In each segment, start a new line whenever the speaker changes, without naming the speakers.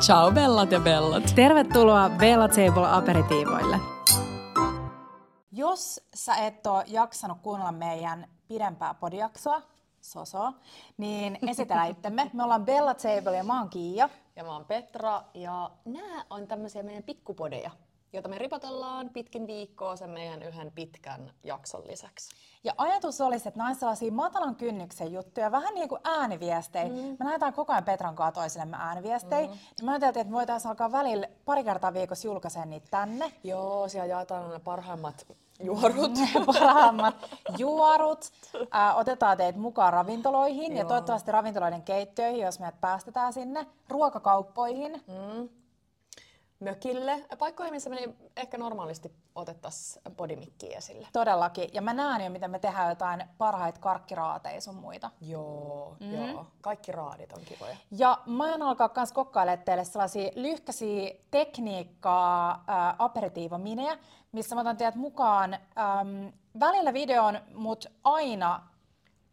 Ciao bellat ja bellat.
Tervetuloa Bella Table aperitiivoille.
Jos sä et ole jaksanut kuunnella meidän pidempää podiaksoa, soso, niin esitellään itsemme. Me ollaan Bella Table ja mä oon Kiia.
Ja mä oon Petra ja nämä on tämmöisiä meidän pikkupodeja, joita me ripotellaan pitkin viikkoa sen meidän yhden pitkän jakson lisäksi.
Ja ajatus olisi, että nämä on sellaisia matalan kynnyksen juttuja, vähän niin kuin ääniviestejä. Mm. Me lähdetään koko ajan Petran kanssa toisillemme ääniviestejä. Mm. Niin me ajateltiin, että me voitaisiin alkaa välillä pari kertaa viikossa julkaiseen niitä tänne.
Joo, siellä jaetaan aina parhaimmat juorut.
parhaimmat juorut. Ää, otetaan teidät mukaan ravintoloihin ja
Joo.
toivottavasti ravintoloiden keittiöihin, jos meidät päästetään sinne. Ruokakauppoihin.
Mökille, paikkoihin, missä me ei ehkä normaalisti otettaisiin podimikkiä esille.
Todellakin. Ja mä näen jo, miten me tehdään jotain parhaita karkkiraateja sun muita.
Joo, mm.
Mm-hmm.
joo. Kaikki raadit on kivoja.
Ja mä aion alkaa myös kokkailemaan teille sellaisia lyhkäisiä tekniikkaa ää, aperitiivominejä, missä mä otan teidät mukaan äm, välillä videon, mutta aina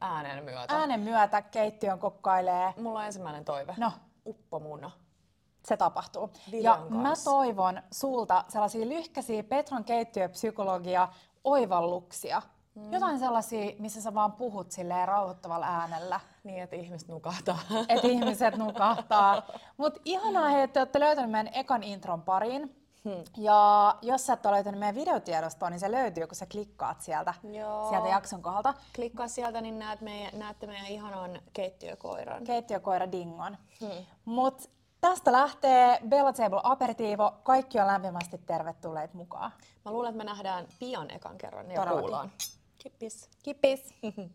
Äänen myötä. Ään...
äänen myötä keittiön kokkailee.
Mulla on ensimmäinen toive.
No.
Uppomuna.
Se tapahtuu.
Videon
ja mä
kanssa.
toivon sulta sellaisia lyhkäisiä Petron keittiöpsykologia oivalluksia. Mm. Jotain sellaisia, missä sä vaan puhut silleen rauhoittavalla äänellä.
Niin, että ihmiset nukahtaa.
että ihmiset nukahtaa. Mutta ihanaa, hei, että te olette löytäneet meidän ekan intron pariin.
Hmm.
Ja jos sä et ole löytänyt meidän videotiedostoa, niin se löytyy, kun sä klikkaat sieltä,
Joo.
sieltä jakson kohdalta.
Klikkaa sieltä, niin näet meidän, näette meidän ihanan keittiökoiran.
Keittiökoira Dingon. Hmm. Mutta tästä lähtee Bella Table Aperitiivo. Kaikki on lämpimästi tervetulleet mukaan.
Mä luulen, että me nähdään pian ekan kerran ja
Todellakin.
kuullaan. Kippis.
Kippis!